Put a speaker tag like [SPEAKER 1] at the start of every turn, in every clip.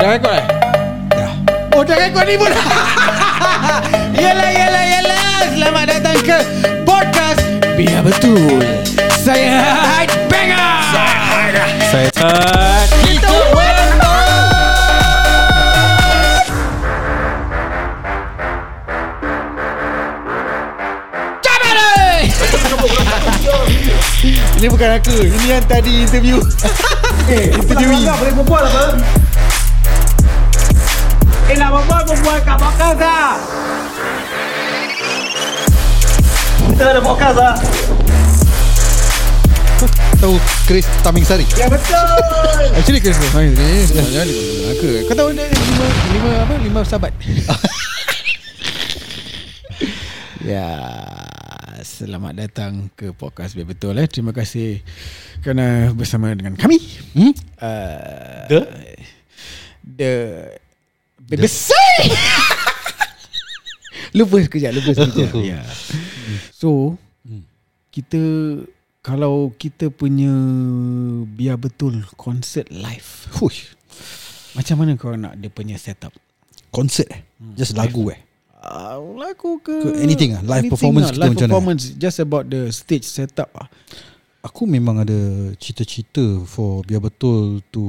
[SPEAKER 1] Dah rekod eh?
[SPEAKER 2] Dah
[SPEAKER 1] Oh dah rekod ni pun Yelah yelah yelah Selamat datang ke Podcast Biar Betul Saya Haid Banger
[SPEAKER 2] Saya
[SPEAKER 1] lah. Kita welcome Cabut, eh! Ini bukan aku Ini yang tadi interview
[SPEAKER 3] Interviewee Boleh berbual apa? Eh nak berbual berbual kat podcast lah Kita ada podcast lah
[SPEAKER 2] tahu Chris Taming Sari
[SPEAKER 3] Ya betul
[SPEAKER 1] Actually kena kena Sorry sorry. Jangan jangan dikongsi aku Kau tahu dia lima, lima apa Lima sahabat Ya Selamat datang ke podcast Biar Betul eh. Terima kasih Kerana bersama dengan kami hmm? uh, The The Besar Lupa sekejap Lupa sekejap
[SPEAKER 2] Ya.
[SPEAKER 1] yeah. So Kita Kalau kita punya Biar betul Concert live Hush. Macam mana kau nak Dia punya setup
[SPEAKER 2] Concert eh
[SPEAKER 4] Hmm.
[SPEAKER 2] Just lagu eh
[SPEAKER 1] Uh, lagu ke
[SPEAKER 2] Ke anything lah, live
[SPEAKER 1] lah,
[SPEAKER 2] performance kita
[SPEAKER 1] live
[SPEAKER 2] macam mana?
[SPEAKER 1] performance just about the stage setup lah.
[SPEAKER 2] Aku memang ada cita-cita for biar betul to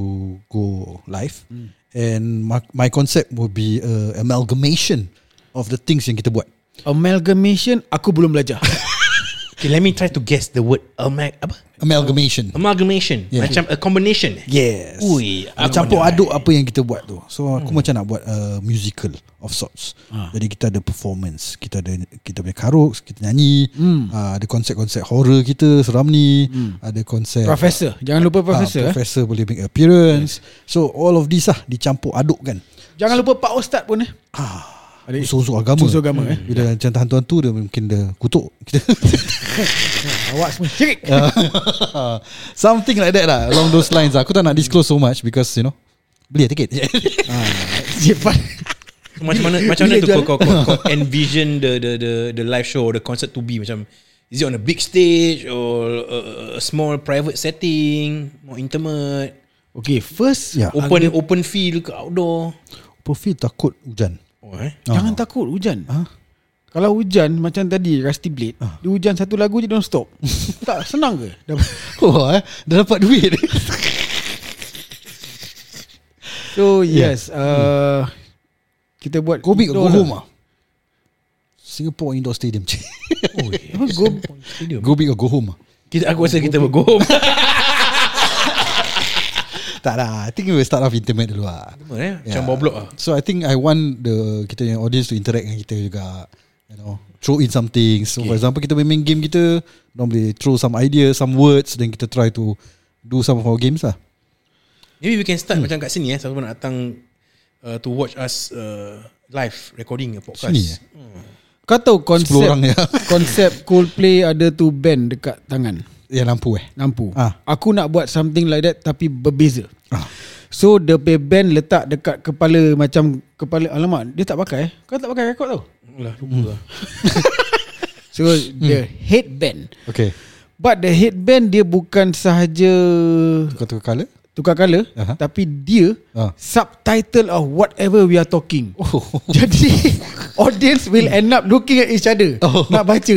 [SPEAKER 2] go live
[SPEAKER 1] Hmm.
[SPEAKER 2] mm. and my, my concept will be a amalgamation of the things yang kita buat.
[SPEAKER 1] amalgamation aku belum belajar
[SPEAKER 2] Ya.
[SPEAKER 4] Okay, let me try to guess the word amag apa?
[SPEAKER 2] Amalgamation.
[SPEAKER 4] Amalgamation. Yeah.
[SPEAKER 2] Yeah.
[SPEAKER 4] Macam a combination. eh?
[SPEAKER 2] Yes.
[SPEAKER 4] Ui,
[SPEAKER 2] Aku campur aduk apa yang kita buat tu. So
[SPEAKER 1] Hmm.
[SPEAKER 2] aku macam nak buat a musical of sorts.
[SPEAKER 1] Ah.
[SPEAKER 2] Jadi kita ada performance, kita ada kita punya karaoke, kita nyanyi,
[SPEAKER 1] Hmm.
[SPEAKER 2] ah, ada konsep-konsep horror kita seram ni, ada konsep
[SPEAKER 1] professor jangan lupa
[SPEAKER 2] Ah,
[SPEAKER 1] professor eh.
[SPEAKER 2] professor boleh make appearance. So all of these lah dicampur aduk kan.
[SPEAKER 1] jangan lupa pak ustaz pun eh
[SPEAKER 2] Ah,
[SPEAKER 1] ada
[SPEAKER 2] Usul-usul Eh, agama Hmm.
[SPEAKER 1] Usul-usul agama, eh.
[SPEAKER 2] Bila yeah. macam hantu-hantu Dia mungkin dia kutuk kita
[SPEAKER 1] awak semua syirik
[SPEAKER 2] Something like that lah Along those lines lah Aku tak nak disclose so much Because you know Beli tiket Ah.
[SPEAKER 1] Cepat.
[SPEAKER 4] So, macam mana macam
[SPEAKER 1] Bila
[SPEAKER 4] mana tu
[SPEAKER 1] jual?
[SPEAKER 4] kau, kau, kau, kau envision the the the the live show or the concert to be macam is it on a big stage or a, a- a small private setting, more intimate,
[SPEAKER 1] okay first
[SPEAKER 2] Ya.
[SPEAKER 4] open open field ke outdoor?
[SPEAKER 2] Profil takut hujan
[SPEAKER 4] Oh, eh?
[SPEAKER 1] jangan takut hujan kalau hujan macam tadi Rusty Blade dia hujan satu lagu je don't stop tak senang ke
[SPEAKER 2] Wah eh Dah dapat duit
[SPEAKER 1] so yes uh, kita buat
[SPEAKER 2] Go big
[SPEAKER 1] indoor
[SPEAKER 2] or go
[SPEAKER 1] lah.
[SPEAKER 2] home lah Singapore Indoor Stadium
[SPEAKER 1] Apa, go
[SPEAKER 2] Go big or go home lah
[SPEAKER 4] Kita aku rasa kita go home.
[SPEAKER 2] Tak lah I think we will start off intimate dulu lah
[SPEAKER 4] Apa, eh? Macam bawah blok ah.
[SPEAKER 2] So I think I want the kita yang audience to interact dengan kita juga. You know, throw in some things. So okay. for example kita main game kita, orang boleh throw some ideas, some words then kita try to do some of our games lah.
[SPEAKER 4] Maybe we can start
[SPEAKER 2] Hmm.
[SPEAKER 4] macam kat sini eh siapa nak datang uh, to watch us uh, live recording a podcast.
[SPEAKER 2] Sini eh?
[SPEAKER 1] Kau tahu
[SPEAKER 2] 10
[SPEAKER 1] konsep
[SPEAKER 2] orang ya.
[SPEAKER 1] Konsep Coldplay ada tu band dekat tangan
[SPEAKER 2] Yang lampu eh.
[SPEAKER 1] Lampu
[SPEAKER 2] Ah.
[SPEAKER 1] Aku nak buat something like that Tapi berbeza So the pay band letak dekat kepala Macam kepala Alamak dia tak pakai eh. Kau tak pakai rekod tau
[SPEAKER 4] Lah lupa lah.
[SPEAKER 1] So the headband
[SPEAKER 2] Okay.
[SPEAKER 1] But the headband dia bukan sahaja
[SPEAKER 2] Kau tukar colour?
[SPEAKER 1] Tukar colour
[SPEAKER 2] Aha.
[SPEAKER 1] Tapi dia
[SPEAKER 2] Ah.
[SPEAKER 1] Subtitle of whatever we are talking
[SPEAKER 2] Oh.
[SPEAKER 1] Jadi Audience will end up looking at each other
[SPEAKER 2] Oh.
[SPEAKER 1] Nak baca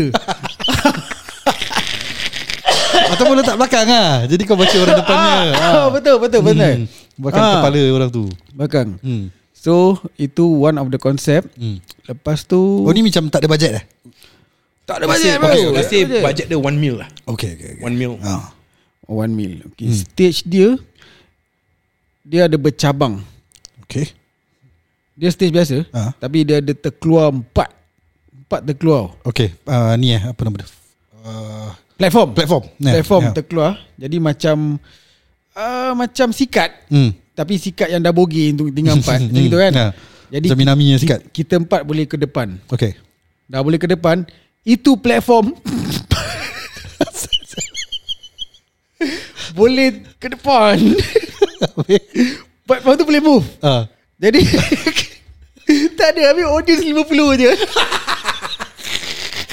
[SPEAKER 2] Atau boleh letak belakang ah. Jadi kau baca orang depannya.
[SPEAKER 1] ah. Betul betul betul
[SPEAKER 2] Hmm. Belakang
[SPEAKER 1] Ah.
[SPEAKER 2] kepala orang tu.
[SPEAKER 1] Belakang
[SPEAKER 2] Hmm.
[SPEAKER 1] So itu one of the concept
[SPEAKER 2] Hmm.
[SPEAKER 1] Lepas tu
[SPEAKER 2] Oh ni macam tak ada bajet eh?
[SPEAKER 1] tak
[SPEAKER 4] Masih,
[SPEAKER 1] bro. Ha.
[SPEAKER 4] okay,
[SPEAKER 1] Tak
[SPEAKER 4] let's say
[SPEAKER 1] ada budget.
[SPEAKER 4] budget dia one mil lah.
[SPEAKER 2] Okay, okay, okay.
[SPEAKER 4] One mil.
[SPEAKER 2] Ah.
[SPEAKER 1] One mil okay.
[SPEAKER 2] Hmm.
[SPEAKER 1] Stage dia Dia ada bercabang
[SPEAKER 2] Okay.
[SPEAKER 1] Dia stage biasa
[SPEAKER 2] Ah.
[SPEAKER 1] Tapi dia ada terkeluar empat Empat terkeluar
[SPEAKER 2] Okay. Uh, ni eh apa nama dia? Uh,
[SPEAKER 1] Platform
[SPEAKER 2] platform. Yeah,
[SPEAKER 1] Platform
[SPEAKER 2] yeah.
[SPEAKER 1] terkeluar Jadi macam uh, Macam sikat
[SPEAKER 2] Hmm.
[SPEAKER 1] Tapi sikat yang dah bogi tu Tinggal empat Macam gitu kan
[SPEAKER 2] Ya.
[SPEAKER 1] Jadi
[SPEAKER 2] Macam Minami yang sikat.
[SPEAKER 1] ki- Kita empat boleh ke depan
[SPEAKER 2] Okay.
[SPEAKER 1] Dah boleh ke depan Itu platform Boleh ke depan Platform tu boleh move
[SPEAKER 2] Ah.
[SPEAKER 1] Jadi Tak ada Habis audience 50 je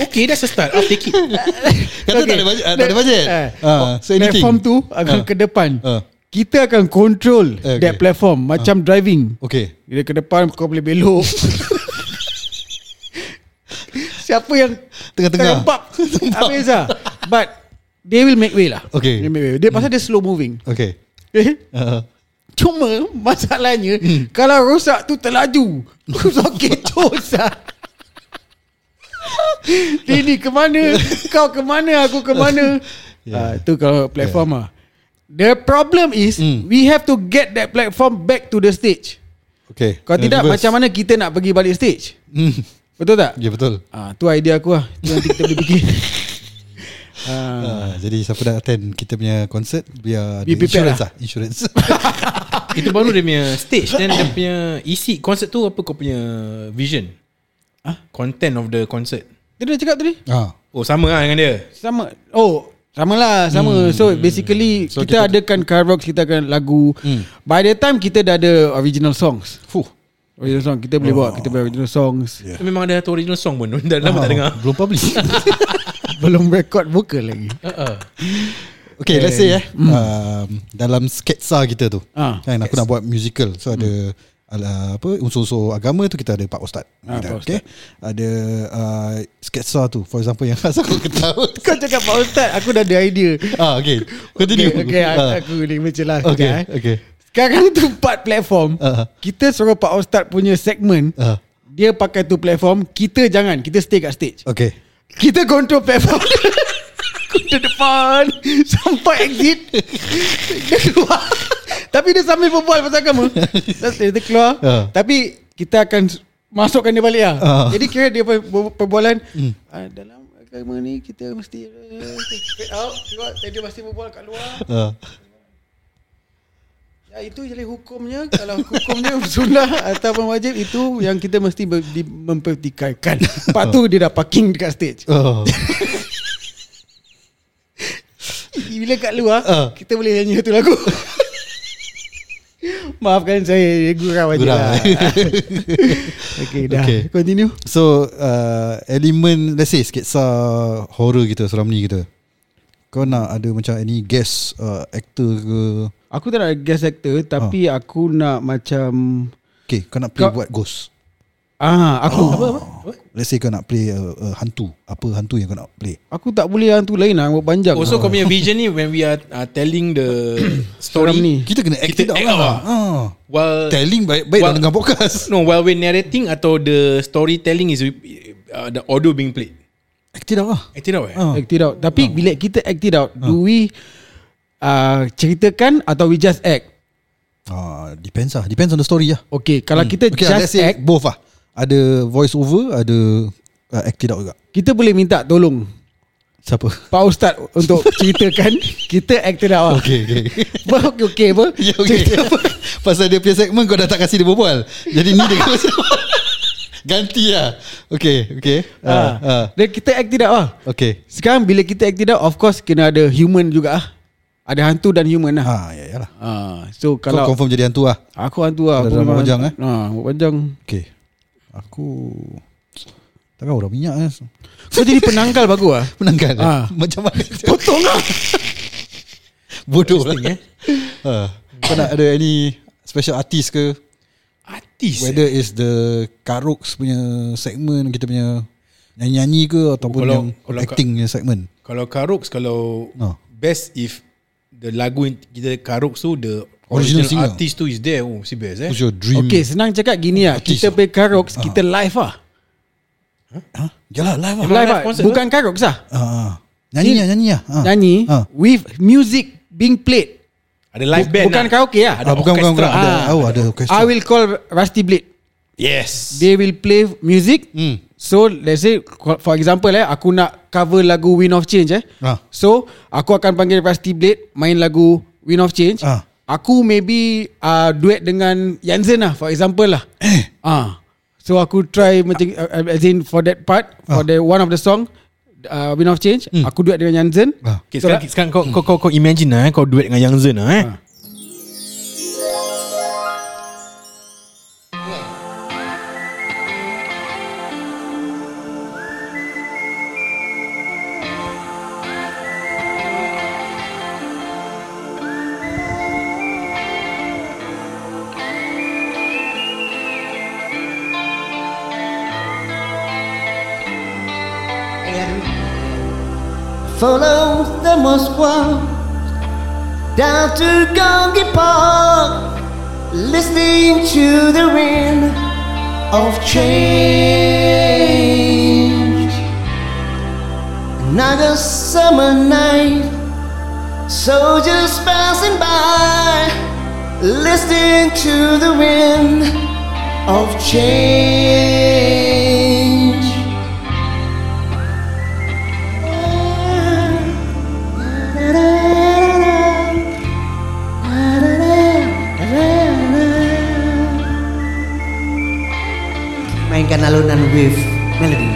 [SPEAKER 4] Okay, that's a start. I'll take it.
[SPEAKER 2] Kata okay. tak ada bajet, tak ada bajet.
[SPEAKER 1] Eh,
[SPEAKER 2] Ah, so anything.
[SPEAKER 1] Platform tu Akan
[SPEAKER 2] Ah.
[SPEAKER 1] ke depan
[SPEAKER 2] Ah.
[SPEAKER 1] Kita akan control
[SPEAKER 2] Eh,
[SPEAKER 1] okay.
[SPEAKER 2] okay.
[SPEAKER 1] that platform macam driving.
[SPEAKER 2] Okay
[SPEAKER 1] Bila ke depan kau boleh belok. Siapa yang
[SPEAKER 2] Tengah-tengah.
[SPEAKER 1] terlempap? Habis lah. But they will make way lah.
[SPEAKER 2] Okay.
[SPEAKER 1] They make way. Dia pasal dia slow moving.
[SPEAKER 2] Okay
[SPEAKER 1] Eh?
[SPEAKER 2] uh,
[SPEAKER 1] Cuma masalahnya hmm. kalau rosak tu terlaju. Rosak kecoh sah. Ini ke mana? Kau ke mana? Aku ke mana? yeah. uh, tu kalau platform yeah. ah. The problem is mm. we have to get that platform back to the stage.
[SPEAKER 2] Okay
[SPEAKER 1] Kalau tidak macam mana kita nak pergi balik stage?
[SPEAKER 2] mm.
[SPEAKER 1] Betul tak?
[SPEAKER 2] Ya betul
[SPEAKER 1] Ah, tu idea aku lah. Tu nanti kita boleh fikir. Ah,
[SPEAKER 2] uh, Jadi siapa dah attend Kita punya concert Biar ada
[SPEAKER 1] Be prepared
[SPEAKER 2] insurance lah, Insurance
[SPEAKER 4] Itu baru dia punya stage Then dia punya isi Konsert tu apa kau punya vision
[SPEAKER 1] Ah?
[SPEAKER 4] Ha? Content of the concert
[SPEAKER 1] Dia dah cakap tadi.
[SPEAKER 2] ah,
[SPEAKER 4] Oh sama lah dengan dia
[SPEAKER 1] Sama Oh Sama lah Sama hmm. So basically so, kita, kita adakan Carbox Kita akan lagu hmm. By the time kita dah ada Original songs
[SPEAKER 2] Fuh
[SPEAKER 1] Original song Kita boleh oh. buat Kita punya original songs yeah.
[SPEAKER 4] yeah. Memang ada satu original song pun Dah lama tak dengar
[SPEAKER 2] Ah, Belum publish
[SPEAKER 1] Belum record vocal lagi
[SPEAKER 4] uh-uh.
[SPEAKER 2] Okay let's say eh mm. um, Dalam sketsa kita tu
[SPEAKER 1] Hmm. Ah. Hmm.
[SPEAKER 2] kan, Aku nak buat musical So ada ala, apa unsur-unsur agama tu kita ada Pak Ustaz.
[SPEAKER 1] Ah,
[SPEAKER 2] Kita,
[SPEAKER 1] Pak
[SPEAKER 2] okay. Ada uh, sketsa tu for example yang rasa aku ketawa.
[SPEAKER 1] Kau cakap Pak Ustaz Aku dah ada idea
[SPEAKER 2] ah okay.
[SPEAKER 1] Okay,
[SPEAKER 2] Continue.
[SPEAKER 1] okay
[SPEAKER 2] Ah,
[SPEAKER 1] aku ni macam lah
[SPEAKER 2] okay.
[SPEAKER 1] sekejap, eh.
[SPEAKER 2] okay.
[SPEAKER 1] Sekarang tu part platform
[SPEAKER 2] Ah.
[SPEAKER 1] Kita suruh Pak Ustaz punya segmen
[SPEAKER 2] Ah.
[SPEAKER 1] Dia pakai tu platform Kita jangan Kita stay kat stage
[SPEAKER 2] Okay.
[SPEAKER 1] Kita control platform Kita depan Sampai exit Dia keluar Tapi dia sambil berbual pasal agama Dia dia keluar
[SPEAKER 2] Ah.
[SPEAKER 1] Tapi kita akan Masukkan dia balik lah
[SPEAKER 2] Ah.
[SPEAKER 1] Jadi kira dia per- per- perbualan ah, Dalam agama ni Kita mesti Fade out keluar, Dan dia masih berbual kat luar
[SPEAKER 2] Ah.
[SPEAKER 1] ya, Itu jadi hukumnya Kalau hukumnya sunnah Ataupun wajib Itu yang kita mesti ber- di- Mempertikaikan Lepas tu dia dah parking dekat stage
[SPEAKER 2] Oh.
[SPEAKER 1] Bila kat luar
[SPEAKER 2] Ah.
[SPEAKER 1] uh. Kita boleh nyanyi satu lagu Maafkan saya Gurau aja
[SPEAKER 2] Gurau.
[SPEAKER 1] lah Okay dah
[SPEAKER 2] Okay.
[SPEAKER 1] okay. Continue
[SPEAKER 2] So uh, Elemen Let's say Sketsa Horror kita Seram ni kita Kau nak ada macam Any guest uh, Actor ke
[SPEAKER 1] Aku tak nak guest actor Tapi
[SPEAKER 2] Ah.
[SPEAKER 1] uh. aku nak macam
[SPEAKER 2] Okay Kau nak play
[SPEAKER 1] Kau-
[SPEAKER 2] buat ghost
[SPEAKER 1] Ah, aku oh. apa, apa?
[SPEAKER 2] Let's say kau nak play uh, uh, hantu Apa hantu yang kau nak play
[SPEAKER 1] Aku tak boleh yang tu lain lah Buat panjang
[SPEAKER 2] Oh,
[SPEAKER 4] Also Oh, kau punya vision ni When we are uh, telling the Story
[SPEAKER 1] Seram ni.
[SPEAKER 2] Kita kena act
[SPEAKER 4] Kita
[SPEAKER 2] it out
[SPEAKER 4] act
[SPEAKER 2] lah,
[SPEAKER 4] out lah.
[SPEAKER 2] Ah.
[SPEAKER 4] While
[SPEAKER 2] Telling baik-baik
[SPEAKER 4] Wal-
[SPEAKER 2] dalam dengan podcast
[SPEAKER 4] No while we're narrating Atau the storytelling is uh, The audio being played
[SPEAKER 2] Act it out lah
[SPEAKER 4] I tidak eh
[SPEAKER 2] Ah.
[SPEAKER 1] Act it out Tapi bila kita act it out Do we uh, Ceritakan Atau we just act
[SPEAKER 2] ah, Depends lah Depends on the story lah
[SPEAKER 1] Okay Kalau kita
[SPEAKER 2] Okay lah, let's
[SPEAKER 1] just
[SPEAKER 2] say
[SPEAKER 1] act
[SPEAKER 2] act. both lah Ada voice over Ada uh, act it out juga
[SPEAKER 1] Kita boleh minta tolong
[SPEAKER 2] Siapa
[SPEAKER 1] Pak Ustaz Untuk ceritakan Kita act it out lah.
[SPEAKER 2] Okay okay
[SPEAKER 1] Apa okay, okay apa?
[SPEAKER 2] Ya okay. Pasal dia punya segmen Kau dah tak kasi dia berbual Jadi ni dia kasi Ganti lah Okay Okay
[SPEAKER 1] Ha.
[SPEAKER 2] uh, uh,
[SPEAKER 1] Dan kita act tidak lah.
[SPEAKER 2] Okay
[SPEAKER 1] Sekarang bila kita act tidak, of course kena ada human juga ah. Ada hantu dan human lah. Ha.
[SPEAKER 2] ha, ya, yalah.
[SPEAKER 1] so
[SPEAKER 2] Kalau Kau
[SPEAKER 1] kalau
[SPEAKER 2] confirm jadi hantu lah
[SPEAKER 1] aku hantu lah.
[SPEAKER 2] Ada
[SPEAKER 1] Aku
[SPEAKER 2] rambut
[SPEAKER 1] memang-
[SPEAKER 2] panjang, eh?
[SPEAKER 1] Ha, rambut panjang.
[SPEAKER 2] Okay Aku Takkan orang minyak kan
[SPEAKER 1] Kau jadi penangkal bagus ah.
[SPEAKER 2] Menangkan
[SPEAKER 1] Ah.
[SPEAKER 2] ha. Macam mana Potong lah Bodoh lah eh? ha. Kau nak ada any Special artist ke
[SPEAKER 4] Artis eh?
[SPEAKER 2] Whether is the Karoks punya segmen Kita punya Nyanyi-nyanyi ke Ataupun
[SPEAKER 4] Kalau-
[SPEAKER 2] yang
[SPEAKER 4] kalau kau-
[SPEAKER 2] Acting punya segmen
[SPEAKER 4] Kalau Karoks Kalau
[SPEAKER 2] Ah.
[SPEAKER 4] Best if The lagu yang kita Karoks tu The original,
[SPEAKER 2] Original singer.
[SPEAKER 4] artist tu is there Oh si best eh
[SPEAKER 2] Who's your dream
[SPEAKER 1] Okay, senang cakap gini ah.
[SPEAKER 2] Artis
[SPEAKER 1] Kita
[SPEAKER 2] ah.
[SPEAKER 1] play karaoke, kita live ah.
[SPEAKER 2] Jalan live lah
[SPEAKER 1] Live
[SPEAKER 4] live
[SPEAKER 1] ah.
[SPEAKER 4] concert
[SPEAKER 1] Bukan karaoke ah.
[SPEAKER 2] Ah, ah. Nyanyi lah nyanyi lah ah.
[SPEAKER 1] Nyanyi
[SPEAKER 2] ah.
[SPEAKER 1] with music being played.
[SPEAKER 4] Ada live band
[SPEAKER 1] Bukan
[SPEAKER 4] lah.
[SPEAKER 1] karaoke ah.
[SPEAKER 2] ah, bukan, bukan, bukan.
[SPEAKER 4] orkestra.
[SPEAKER 2] Ada,
[SPEAKER 1] Ah.
[SPEAKER 2] oh, ada orkestra.
[SPEAKER 1] I will call Rusty Blade.
[SPEAKER 4] Yes
[SPEAKER 1] They will play music.
[SPEAKER 2] Hmm.
[SPEAKER 1] So let's say for example eh aku nak cover lagu Wind of Change eh.
[SPEAKER 2] Ah.
[SPEAKER 1] So aku akan panggil Rusty Blade main lagu Wind of Change.
[SPEAKER 2] Ah.
[SPEAKER 1] Aku maybe uh, duet dengan Yanzen lah for example lah. Eh. Ah. So aku try macam uh, as in for that part
[SPEAKER 2] Ah.
[SPEAKER 1] for the one of the song uh, Wind of Change aku duet dengan Yanzen.
[SPEAKER 2] Hmm. Ah.
[SPEAKER 4] Okay, sekarang, Hmm. sekarang kau, kau, kau, kau imagine lah eh, Kau duet dengan Yang Zen lah eh.
[SPEAKER 5] follow the Moskwa down to Gongi Park, listening to the wind of change. Another summer night, soldiers passing by, listening to the wind of change. Mainkan alunan wave melody.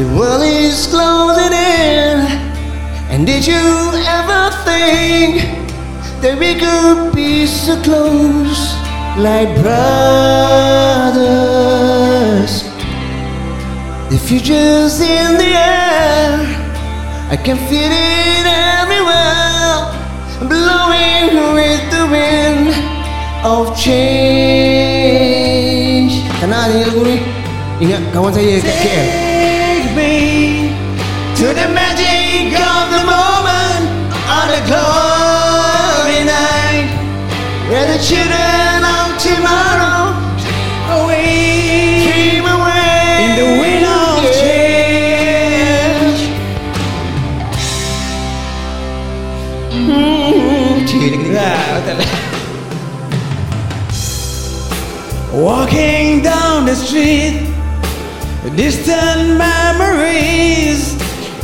[SPEAKER 5] The world is closing in, and did you ever think that we could be so close, like brothers? The future's in the air, I can feel it everywhere, blowing with the wind of change. Kenal ni lagu ni? Ingat kawan saya kat KL. Take me to the magic of the moment on the glory night where the children of tomorrow away, dream away in the wind of change. Hmm, Walking down the street, distant memories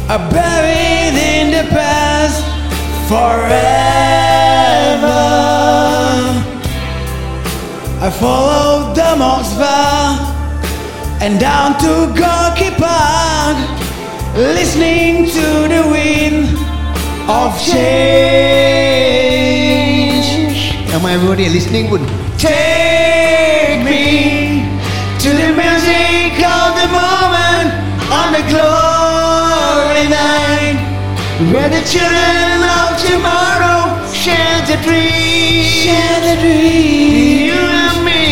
[SPEAKER 5] are buried in the past forever. I followed the monks vow and down to Gorky Park, listening to the wind of change. Am I everybody listening? Would take me to the music of the moment on the glory night, where the children of tomorrow share the dream. Share the dream. You and me.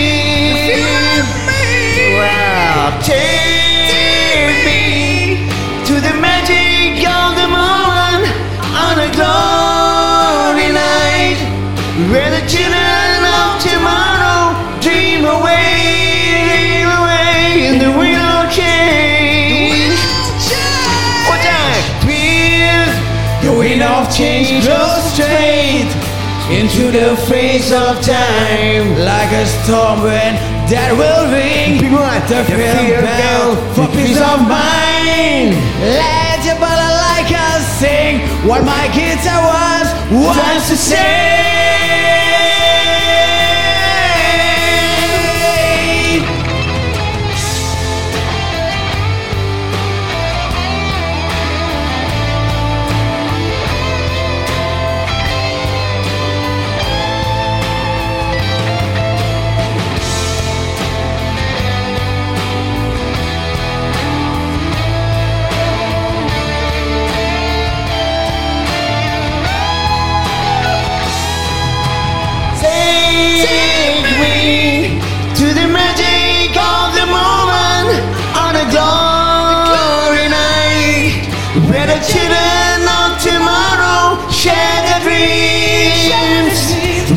[SPEAKER 5] You and me. Wow. Take me to the magic of the moment on a glory night where the children of tomorrow dream away, dream away in the wind of change. One time, please. The wind of change blows straight into the face of time like a storm wind that will ring the fear bell for peace of mind. Let your balalaika sing what my guitar was wants to say. Take me to the magic of the moment on a glory night where the children of tomorrow share their dreams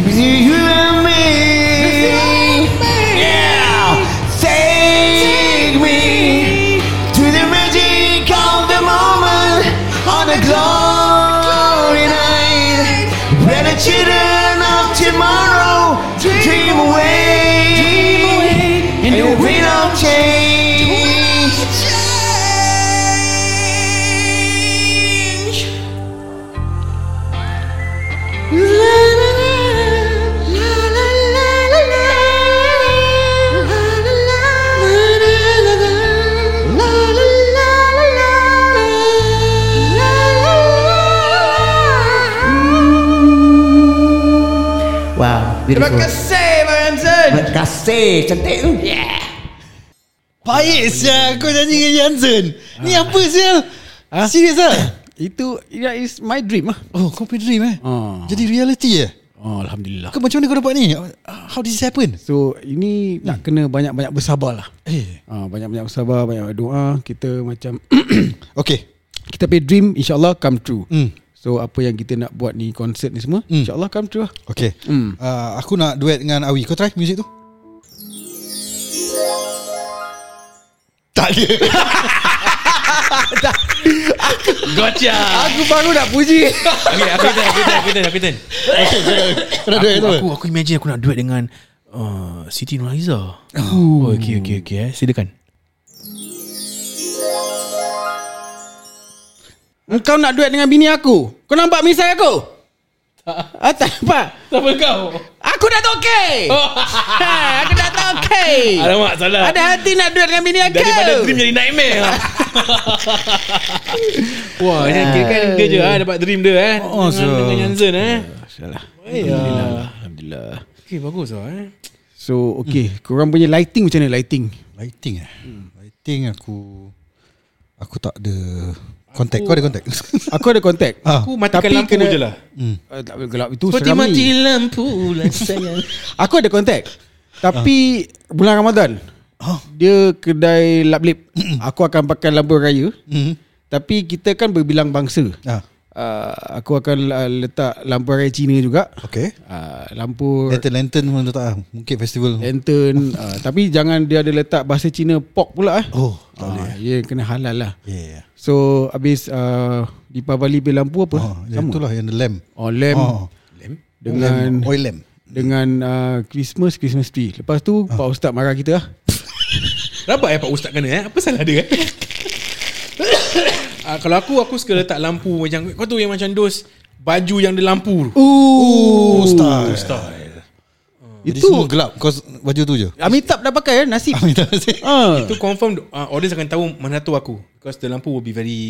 [SPEAKER 5] with you and me. Yeah, take me to the magic of the moment on a glory night where the children of tomorrow dream away in the wind of change. Wow, beautiful. Terima kasih, Bang Jansen. Terima kasih, cantik tu. Yeah.
[SPEAKER 2] Baik sial Ya, Kau nyanyi dengan Jansen Ni apa sial
[SPEAKER 1] Ah?
[SPEAKER 2] Serius lah
[SPEAKER 1] Itu yeah, is my dream lah.
[SPEAKER 2] Oh kau punya dream eh
[SPEAKER 1] Ah.
[SPEAKER 2] Jadi reality eh
[SPEAKER 1] Ah. Oh, Alhamdulillah.
[SPEAKER 2] Kau macam mana kau dapat ni? How did this happen?
[SPEAKER 1] So ini nak
[SPEAKER 2] Hmm.
[SPEAKER 1] kena banyak-banyak bersabar lah.
[SPEAKER 2] Eh.
[SPEAKER 1] Ah, banyak-banyak bersabar, banyak doa. Kita macam
[SPEAKER 2] Okay.
[SPEAKER 1] kita punya dream insyaallah come true.
[SPEAKER 2] Hmm.
[SPEAKER 1] So apa yang kita nak buat ni konsert ni semua
[SPEAKER 4] Hmm.
[SPEAKER 2] Mm.
[SPEAKER 1] insyaallah come true lah.
[SPEAKER 2] Okay.
[SPEAKER 1] Hmm.
[SPEAKER 2] Uh, aku nak duet dengan Awi. Kau try music tu? Tak ada.
[SPEAKER 4] Gotcha
[SPEAKER 1] Aku baru nak puji.
[SPEAKER 4] Okay aku turn Aku turn Aku turn, aku turn.
[SPEAKER 2] Kau nak duet
[SPEAKER 4] aku,
[SPEAKER 2] tu?
[SPEAKER 4] aku, aku imagine aku nak duet dengan uh, Siti Nurhaliza
[SPEAKER 2] Ah.
[SPEAKER 4] oh. Okay okay okay eh. Silakan
[SPEAKER 1] Engkau nak duet dengan bini aku. Kau nampak misai aku? Tak. Ah, tak nampak.
[SPEAKER 4] Siapa kau?
[SPEAKER 1] Aku dah tokey. Oh. Ha, aku dah tokey.
[SPEAKER 4] Alamak salah
[SPEAKER 1] Ada hati nak duet dengan bini aku.
[SPEAKER 4] Daripada dream jadi nightmare lah. Wah ini kira kan dia je ah, Dapat dream dia eh
[SPEAKER 2] Oh, so-
[SPEAKER 4] Dengan, dengan Jansen eh
[SPEAKER 1] Salah.
[SPEAKER 4] Alhamdulillah
[SPEAKER 1] Alhamdulillah.
[SPEAKER 4] Okay bagus lah eh
[SPEAKER 1] So okay hmm. Korang punya lighting macam mana lighting
[SPEAKER 2] Lighting eh. Lighting aku aku tak ada contact. Kau ada contact?
[SPEAKER 1] Aku ada kontak
[SPEAKER 2] Ah.
[SPEAKER 4] Aku matikan
[SPEAKER 1] Tapi
[SPEAKER 4] lampu
[SPEAKER 1] kena-
[SPEAKER 4] je lah
[SPEAKER 1] uh, Tak boleh gelap itu
[SPEAKER 4] Seperti
[SPEAKER 1] seram
[SPEAKER 4] mati
[SPEAKER 1] ni
[SPEAKER 4] lampu lah sayang
[SPEAKER 1] Aku ada kontak Tapi
[SPEAKER 4] Ah.
[SPEAKER 1] Bulan Ramadan
[SPEAKER 2] Ah.
[SPEAKER 1] Dia kedai lap-lip Aku akan pakai lampu raya
[SPEAKER 2] Hmm.
[SPEAKER 1] Tapi kita kan berbilang bangsa
[SPEAKER 2] Ah.
[SPEAKER 1] uh, Aku akan uh, letak lampu raya Cina juga
[SPEAKER 2] Okay.
[SPEAKER 1] uh, Lampu
[SPEAKER 2] Lantern lantern pun letak ah. Mungkin festival.
[SPEAKER 1] lantern uh, Tapi jangan dia ada letak bahasa Cina Pok pula eh.
[SPEAKER 2] Oh, tak boleh.
[SPEAKER 1] Ah, Ya kena halal lah
[SPEAKER 2] Yeah.
[SPEAKER 1] So habis uh, Deepavali beli lampu apa?
[SPEAKER 2] Oh, yang tu lah yang the lamp.
[SPEAKER 1] Oh lamp
[SPEAKER 2] Oh.
[SPEAKER 1] dengan
[SPEAKER 2] Lamp, oil lamp.
[SPEAKER 1] dengan uh, Christmas Christmas tree. Lepas tu
[SPEAKER 2] Ah.
[SPEAKER 1] Pak Ustaz marah kita lah.
[SPEAKER 2] Oh,
[SPEAKER 4] Rabak eh Pak Ustaz kena eh Apa salah dia eh Ah, Kalau aku Aku suka letak lampu Macam Kau tu yang macam dos Baju yang ada lampu tu
[SPEAKER 1] Ooh,
[SPEAKER 2] Oh, star. Jadi
[SPEAKER 1] Itu
[SPEAKER 2] semua gelap Kau s- baju tu je.
[SPEAKER 1] Amitab dah pakai eh nasib.
[SPEAKER 2] Amin tak sih.
[SPEAKER 1] Ah.
[SPEAKER 4] Itu confirm uh, Audience akan tahu Mana tu aku Because the lampu will be very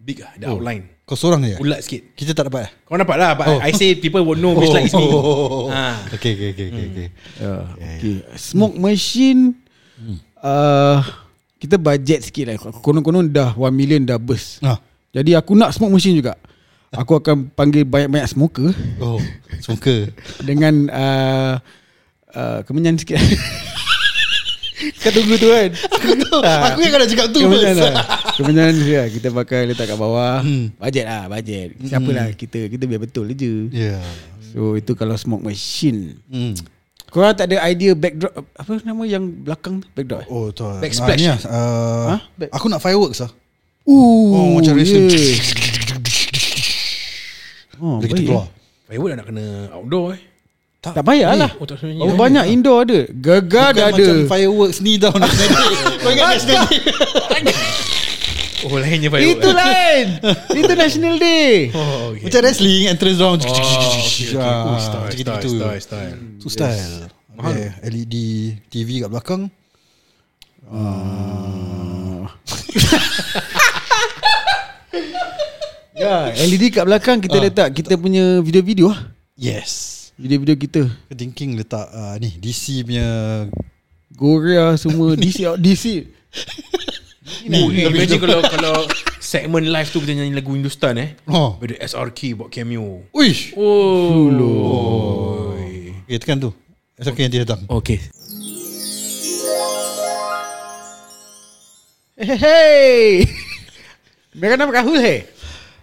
[SPEAKER 4] Big lah The outline
[SPEAKER 2] Kau seorang je.
[SPEAKER 4] Ulat sikit
[SPEAKER 2] Kita tak dapat eh.
[SPEAKER 4] Kau nampak lah But
[SPEAKER 2] Oh.
[SPEAKER 4] I say people will know Which light is me ha.
[SPEAKER 2] Okay, okay, okay, okay, okay.
[SPEAKER 1] Okay. Ya, Smoke machine uh, kita budget sikit lah. Konon-konon dah 1 million dah burst.
[SPEAKER 2] Ah.
[SPEAKER 1] Jadi aku nak smoke machine juga. Aku akan panggil banyak-banyak smoker
[SPEAKER 2] Oh, semoga.
[SPEAKER 1] dengan uh, uh, kemenyan sikit. Kau tunggu tu kan.
[SPEAKER 2] aku tahu. Aku yang kau nak cakap tu
[SPEAKER 1] Kemenyan
[SPEAKER 2] first.
[SPEAKER 1] lah Kemenyan ya, Kita pakai letak kat bawah hmm. Bajet lah bajet Siapalah hmm. Ya. kita Kita biar betul je
[SPEAKER 2] Yeah.
[SPEAKER 1] So itu kalau smoke machine
[SPEAKER 2] Hmm.
[SPEAKER 1] Korang tak ada idea backdrop Apa nama yang belakang tu? Backdrop eh?
[SPEAKER 2] Oh tu lah.
[SPEAKER 4] Backsplash.
[SPEAKER 2] Nah, ni lah, uh,
[SPEAKER 1] Ha? Back-
[SPEAKER 2] Aku nak fireworks lah
[SPEAKER 1] Ooh,
[SPEAKER 2] Oh, macam racing
[SPEAKER 1] yeah. Oh,
[SPEAKER 2] Bila kita
[SPEAKER 1] baik.
[SPEAKER 2] keluar
[SPEAKER 4] Firewood dah nak kena Outdoor eh
[SPEAKER 1] Tak payahlah
[SPEAKER 4] Oh, tak sebenarnya.
[SPEAKER 1] Oh banyak indoor ada Gegar
[SPEAKER 2] Eh, Bukan
[SPEAKER 1] dah ada
[SPEAKER 2] macam fireworks ni tau National Day. Kau ingat National Day
[SPEAKER 4] Oh lainnya firewood
[SPEAKER 1] Itu lain Itu National Day
[SPEAKER 4] Oh okay
[SPEAKER 2] Macam wrestling Entrance round
[SPEAKER 4] Oh, okay, okay. Oh,
[SPEAKER 2] Ah,
[SPEAKER 4] style,
[SPEAKER 2] Macam Hmm.
[SPEAKER 4] style,
[SPEAKER 2] gitu
[SPEAKER 4] style, style.
[SPEAKER 2] Tu style E Yeah, LED TV kat belakang
[SPEAKER 1] Ya LED kat belakang kita
[SPEAKER 2] Ah.
[SPEAKER 1] letak Kita punya video-video lah
[SPEAKER 2] Yes
[SPEAKER 1] Video-video kita
[SPEAKER 2] Aku thinking letak uh, ni DC punya
[SPEAKER 1] Goria semua DC DC
[SPEAKER 4] Oh, eh, Imagine kalau kalau segmen live tu kita nyanyi lagu Hindustan eh.
[SPEAKER 2] Oh.
[SPEAKER 4] Ada SRK buat cameo.
[SPEAKER 2] Uish
[SPEAKER 4] Oh.
[SPEAKER 2] Okay tekan tu Esok yang dia datang
[SPEAKER 4] Okay.
[SPEAKER 1] Hey Mereka nama Rahul hey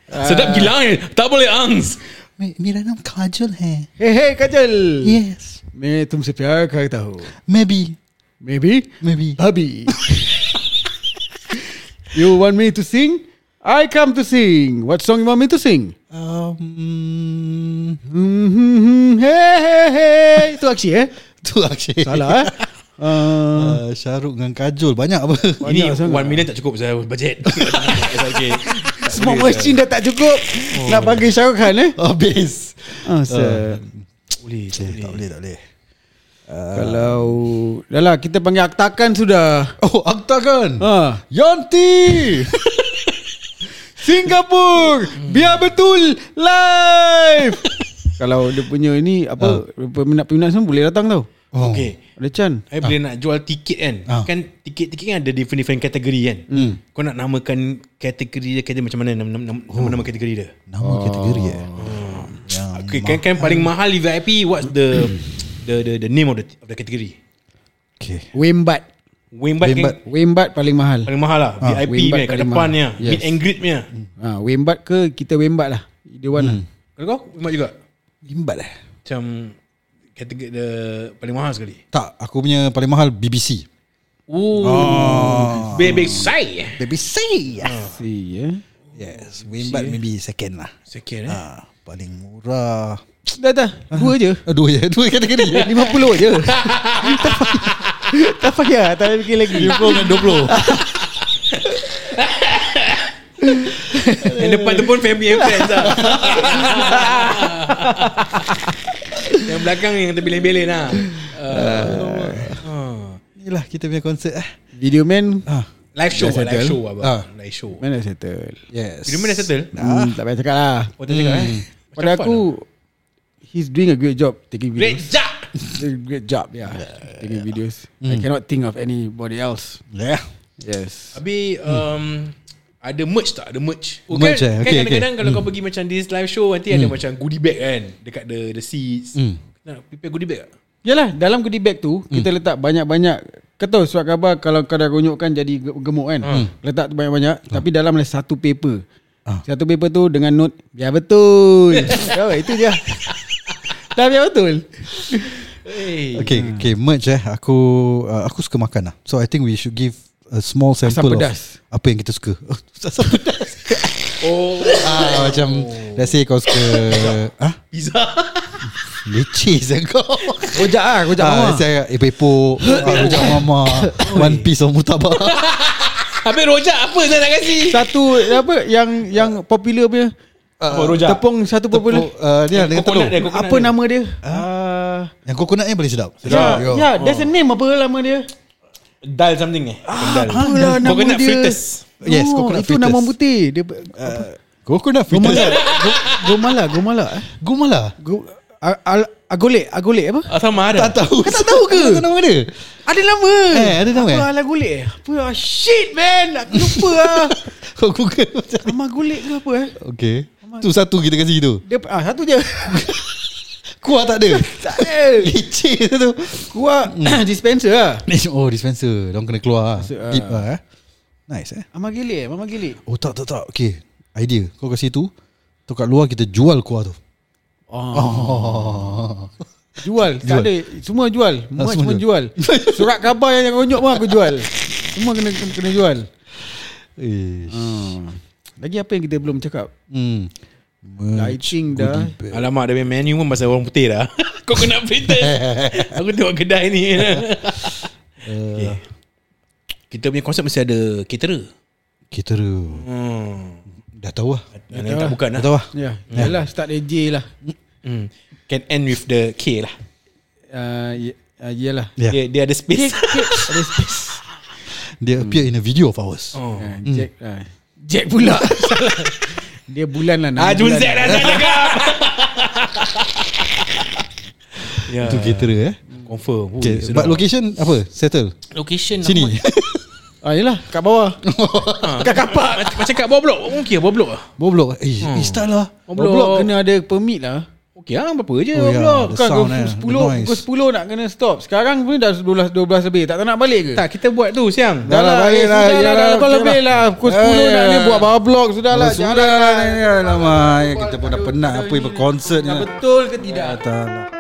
[SPEAKER 4] Sedap gila eh. Tak boleh angs.
[SPEAKER 2] मे- मेरा नाम काजल है
[SPEAKER 1] Hey hey Kajal
[SPEAKER 2] yes
[SPEAKER 1] मैं तुमसे प्यार करता हूँ
[SPEAKER 2] मैं भी
[SPEAKER 1] मैं भी
[SPEAKER 2] मैं भी
[SPEAKER 1] भाभी You want me to sing? I come to sing. What song you want me to sing?
[SPEAKER 2] um,
[SPEAKER 1] Mm-hmm. Hey hey hey. Itu aksi eh?
[SPEAKER 2] tu aksi
[SPEAKER 1] Salah eh? Uh,
[SPEAKER 4] Ah.
[SPEAKER 2] uh, lah, Syaruk dengan Kajol Banyak apa
[SPEAKER 4] Ini
[SPEAKER 1] Banyak sangat.
[SPEAKER 4] 1 million tak cukup saya budget. SRK. Tak
[SPEAKER 1] Semua
[SPEAKER 4] boleh,
[SPEAKER 1] machine dah tak cukup oh. Nak panggil Syarul Khan eh
[SPEAKER 2] Habis
[SPEAKER 4] Ah,
[SPEAKER 1] oh, uh,
[SPEAKER 4] tak Boleh, tak boleh.
[SPEAKER 2] okay, Tak boleh tak boleh
[SPEAKER 1] Kalau Dah lah kita panggil Akta Khan sudah
[SPEAKER 2] Oh Akta kan
[SPEAKER 1] Ah.
[SPEAKER 2] Yanti
[SPEAKER 1] Singapura Biar betul Live Kalau dia punya ni
[SPEAKER 4] Ah.
[SPEAKER 1] Apa Peminat-peminat semua boleh datang tau
[SPEAKER 2] oh.
[SPEAKER 4] eh. Okay.
[SPEAKER 1] Ada Chan
[SPEAKER 4] Saya boleh nak jual tiket kan
[SPEAKER 2] Ah.
[SPEAKER 4] Kan tiket-tiket kan ada different-different kategori kan Kau nak namakan kategori dia kategori Macam mana nama- nama- nama- nama-nama kategori dia
[SPEAKER 2] Nama kategori eh
[SPEAKER 4] Okay, kan kan paling mahal di VIP what's the the the, the name of the of the category?
[SPEAKER 2] Okay
[SPEAKER 1] Wembat
[SPEAKER 4] Wimbat,
[SPEAKER 2] Wimbat.
[SPEAKER 4] Wimbat.
[SPEAKER 1] Wembat paling mahal
[SPEAKER 4] paling mahal lah.
[SPEAKER 2] Ah,
[SPEAKER 4] VIP
[SPEAKER 1] Wimbat
[SPEAKER 4] ni kat
[SPEAKER 1] paling
[SPEAKER 4] depan
[SPEAKER 1] mahal.
[SPEAKER 4] ni.
[SPEAKER 1] Yes.
[SPEAKER 4] Yes. Meet and greet ni.
[SPEAKER 1] ha, Wembat ke kita wembat lah Dia one lah
[SPEAKER 4] Kalau kau Wimbat juga.
[SPEAKER 2] Limbat eh
[SPEAKER 4] Macam kategori the paling mahal sekali.
[SPEAKER 2] Tak Aku punya paling mahal BBC
[SPEAKER 4] Ooh.
[SPEAKER 1] Ah.
[SPEAKER 4] Oh. Baby say.
[SPEAKER 2] BBC
[SPEAKER 1] See eh
[SPEAKER 2] Yes Wimbat maybe second lah
[SPEAKER 4] Second eh.
[SPEAKER 2] ah, Paling murah
[SPEAKER 1] Dah dah Dua je
[SPEAKER 2] Ah, Dua je Dua kategori
[SPEAKER 1] 50 je Tak payah Tak payah fikir lagi
[SPEAKER 2] 50 dengan 20
[SPEAKER 4] And depan tu pun family and friends lah. yang belakang yang terbelin-belin lah. Uh,
[SPEAKER 1] Ah.
[SPEAKER 4] uh.
[SPEAKER 2] Inilah kita punya konsert eh.
[SPEAKER 1] Video man
[SPEAKER 2] Ah,
[SPEAKER 4] Live show lah, live show abang.
[SPEAKER 2] Ah.
[SPEAKER 4] Live show.
[SPEAKER 1] Mana settle
[SPEAKER 2] Yes
[SPEAKER 4] Video mana settle?
[SPEAKER 1] hmm, Tak payah cakap lah
[SPEAKER 4] Oh, tak cakap eh. Macam
[SPEAKER 1] Pada
[SPEAKER 4] fun lah.
[SPEAKER 1] aku He's doing a great job Taking
[SPEAKER 4] Great
[SPEAKER 1] videos
[SPEAKER 4] job.
[SPEAKER 1] Great, great job yeah, Hmm. Taking videos I cannot think of anybody else
[SPEAKER 2] Yeah
[SPEAKER 1] Yes
[SPEAKER 4] Habis um, ada merch tak? Ada merch. Oh,
[SPEAKER 2] Merch eh?
[SPEAKER 4] kan,
[SPEAKER 2] Okay,
[SPEAKER 4] kan kadang-kadang kalau kau pergi macam this live show nanti ada macam goodie bag kan dekat the the seats. Nak prepare goodie bag tak?
[SPEAKER 1] Yalah dalam goodie bag tu hmm. Kita letak banyak-banyak Kau tahu surat khabar Kalau kau dah runyukkan Jadi ge- gemuk kan hmm. Letak tu banyak-banyak Tapi dalam ada satu paper Satu paper tu dengan note Biar betul oh, Itu je Dah biar betul
[SPEAKER 4] Hey.
[SPEAKER 2] Okay,
[SPEAKER 1] Hmm.
[SPEAKER 2] okay, merch eh. Aku uh, aku suka makan lah. So I think we should give a small sample
[SPEAKER 1] pedas.
[SPEAKER 2] of apa yang kita suka. Asam pedas.
[SPEAKER 4] Oh,
[SPEAKER 2] ah, macam let's say kau suka ah
[SPEAKER 4] pizza.
[SPEAKER 2] leceh sah kau.
[SPEAKER 1] Rojak lah Rojak mama
[SPEAKER 2] Ah, saya epepok, rujak mama, one piece of murtabak.
[SPEAKER 4] Habis rojak apa saya nak kasi?
[SPEAKER 1] Satu apa Yang yang popular punya
[SPEAKER 4] Apa, rojak?
[SPEAKER 1] Tepung satu popular
[SPEAKER 2] Tepung, uh, dia dengan
[SPEAKER 4] Coconut
[SPEAKER 2] telur.
[SPEAKER 4] dia, coconut
[SPEAKER 1] Apa
[SPEAKER 4] dia.
[SPEAKER 1] nama dia Ah,
[SPEAKER 2] Yang coconutnya paling sedap.
[SPEAKER 1] Ya,
[SPEAKER 2] Yo.
[SPEAKER 1] ya, there's a name apa nama dia?
[SPEAKER 4] Dal something eh? Ah,
[SPEAKER 1] Apalah nama
[SPEAKER 4] Coconut
[SPEAKER 1] dia?
[SPEAKER 4] fritters.
[SPEAKER 2] Yes,
[SPEAKER 1] No,
[SPEAKER 2] coconut
[SPEAKER 1] Itu nama
[SPEAKER 2] fritters.
[SPEAKER 1] putih. Dia apa?
[SPEAKER 2] Coconut
[SPEAKER 1] Gomala
[SPEAKER 2] fritters.
[SPEAKER 1] Go- Gomala Gomala eh?
[SPEAKER 2] Gomala.
[SPEAKER 1] Go, a- al- Agolek Agolek apa?
[SPEAKER 4] Ah, sama ada.
[SPEAKER 2] Tak tahu.
[SPEAKER 1] Kau tak tahu ke?
[SPEAKER 2] Tak tahu nama dia.
[SPEAKER 1] Ada nama
[SPEAKER 2] Eh, ada nama, eh?
[SPEAKER 1] Apa ala golek eh? Apa ah, Shit man Aku lupa lah
[SPEAKER 2] Kau google macam
[SPEAKER 1] Nama golek ke apa eh?
[SPEAKER 2] Okay Tu satu kita kasi tu
[SPEAKER 1] Dia ah, satu je
[SPEAKER 2] Kuah tak ada
[SPEAKER 1] Tak ada
[SPEAKER 2] Leceh tu
[SPEAKER 1] Kuah dispenser lah
[SPEAKER 2] Oh dispenser Diorang kena keluar lah.
[SPEAKER 1] Masuk, ah.
[SPEAKER 2] Deep lah eh. Nice eh
[SPEAKER 1] Mama gilik eh? Mama gilik
[SPEAKER 2] Oh tak tak tak Okay Idea Kau kasi tu Tu kat luar kita jual kuah tu Oh.
[SPEAKER 1] Jual,
[SPEAKER 2] Jual.
[SPEAKER 1] Tak ada Semua jual Semua,
[SPEAKER 2] semua
[SPEAKER 1] semua jual, Surat khabar yang aku tunjuk pun aku jual Semua kena kena jual
[SPEAKER 2] Ish.
[SPEAKER 1] Lagi apa yang kita belum cakap
[SPEAKER 2] Hmm.
[SPEAKER 1] Lighting dah
[SPEAKER 4] Alamak, dia punya menu pun pasal orang putih dah. Kau kena fritters. Aku tengok kedai ni.
[SPEAKER 2] Eh,
[SPEAKER 4] okay. Kita punya konsep mesti ada caterer.
[SPEAKER 2] Kita tu
[SPEAKER 4] Hmm.
[SPEAKER 2] Dah tahu lah
[SPEAKER 4] Yang lain tak bukan
[SPEAKER 2] Dah
[SPEAKER 4] lah.
[SPEAKER 2] tahu lah
[SPEAKER 1] Ya, yalah start AJ lah
[SPEAKER 4] Hmm. Can end with the K lah.
[SPEAKER 1] uh, ye, uh, Yelah
[SPEAKER 2] Ya.
[SPEAKER 4] Dia, dia ada space.
[SPEAKER 1] Ada space
[SPEAKER 2] Dia appear in a video of ours
[SPEAKER 4] oh.
[SPEAKER 1] Ah, Jack ah. Jack pula Salah. Dia bulan lah nama
[SPEAKER 4] Ah, Jun
[SPEAKER 1] bulan.
[SPEAKER 4] Z dah saya cakap. ya.
[SPEAKER 2] Tu kita tu eh
[SPEAKER 4] Confirm. Ui,
[SPEAKER 2] okay.
[SPEAKER 4] sedap.
[SPEAKER 2] But location apa Settle
[SPEAKER 4] location
[SPEAKER 2] Sini
[SPEAKER 1] Ah yelah kat bawah
[SPEAKER 4] Kat kapak. Macam- Macam kat bawah blok. Okey, bawah blok lah.
[SPEAKER 2] Bawah blok Eh eh, style lah
[SPEAKER 1] Blok blok kena ada permit lah
[SPEAKER 4] Okey lah, apa-apa je.
[SPEAKER 2] Oh,
[SPEAKER 4] Oh,
[SPEAKER 2] ya.
[SPEAKER 4] yeah.
[SPEAKER 1] Blok
[SPEAKER 2] the
[SPEAKER 1] Bukan
[SPEAKER 2] sound, eh,
[SPEAKER 1] pukul
[SPEAKER 2] the
[SPEAKER 1] 10
[SPEAKER 2] noise.
[SPEAKER 1] Pukul 10 nak kena stop Sekarang pun dah 12, 12 lebih Tak, tak nak balik ke?
[SPEAKER 4] Tak, kita buat tu siang.
[SPEAKER 1] Dah lah
[SPEAKER 2] balik
[SPEAKER 1] balik
[SPEAKER 2] lah,
[SPEAKER 1] lah Sudah
[SPEAKER 2] ya
[SPEAKER 1] lah
[SPEAKER 2] lah,
[SPEAKER 1] dah lepas
[SPEAKER 2] okey
[SPEAKER 1] lebih
[SPEAKER 2] lah.
[SPEAKER 1] lah Pukul
[SPEAKER 2] Eh,
[SPEAKER 1] 10 nak
[SPEAKER 2] ya.
[SPEAKER 1] ni buat bawah blok Sudah lah
[SPEAKER 2] Ya, Sudah lah Lama Kita pun dah penat Apa yang berkonsert ni
[SPEAKER 1] Betul ke tidak?
[SPEAKER 2] Tak lah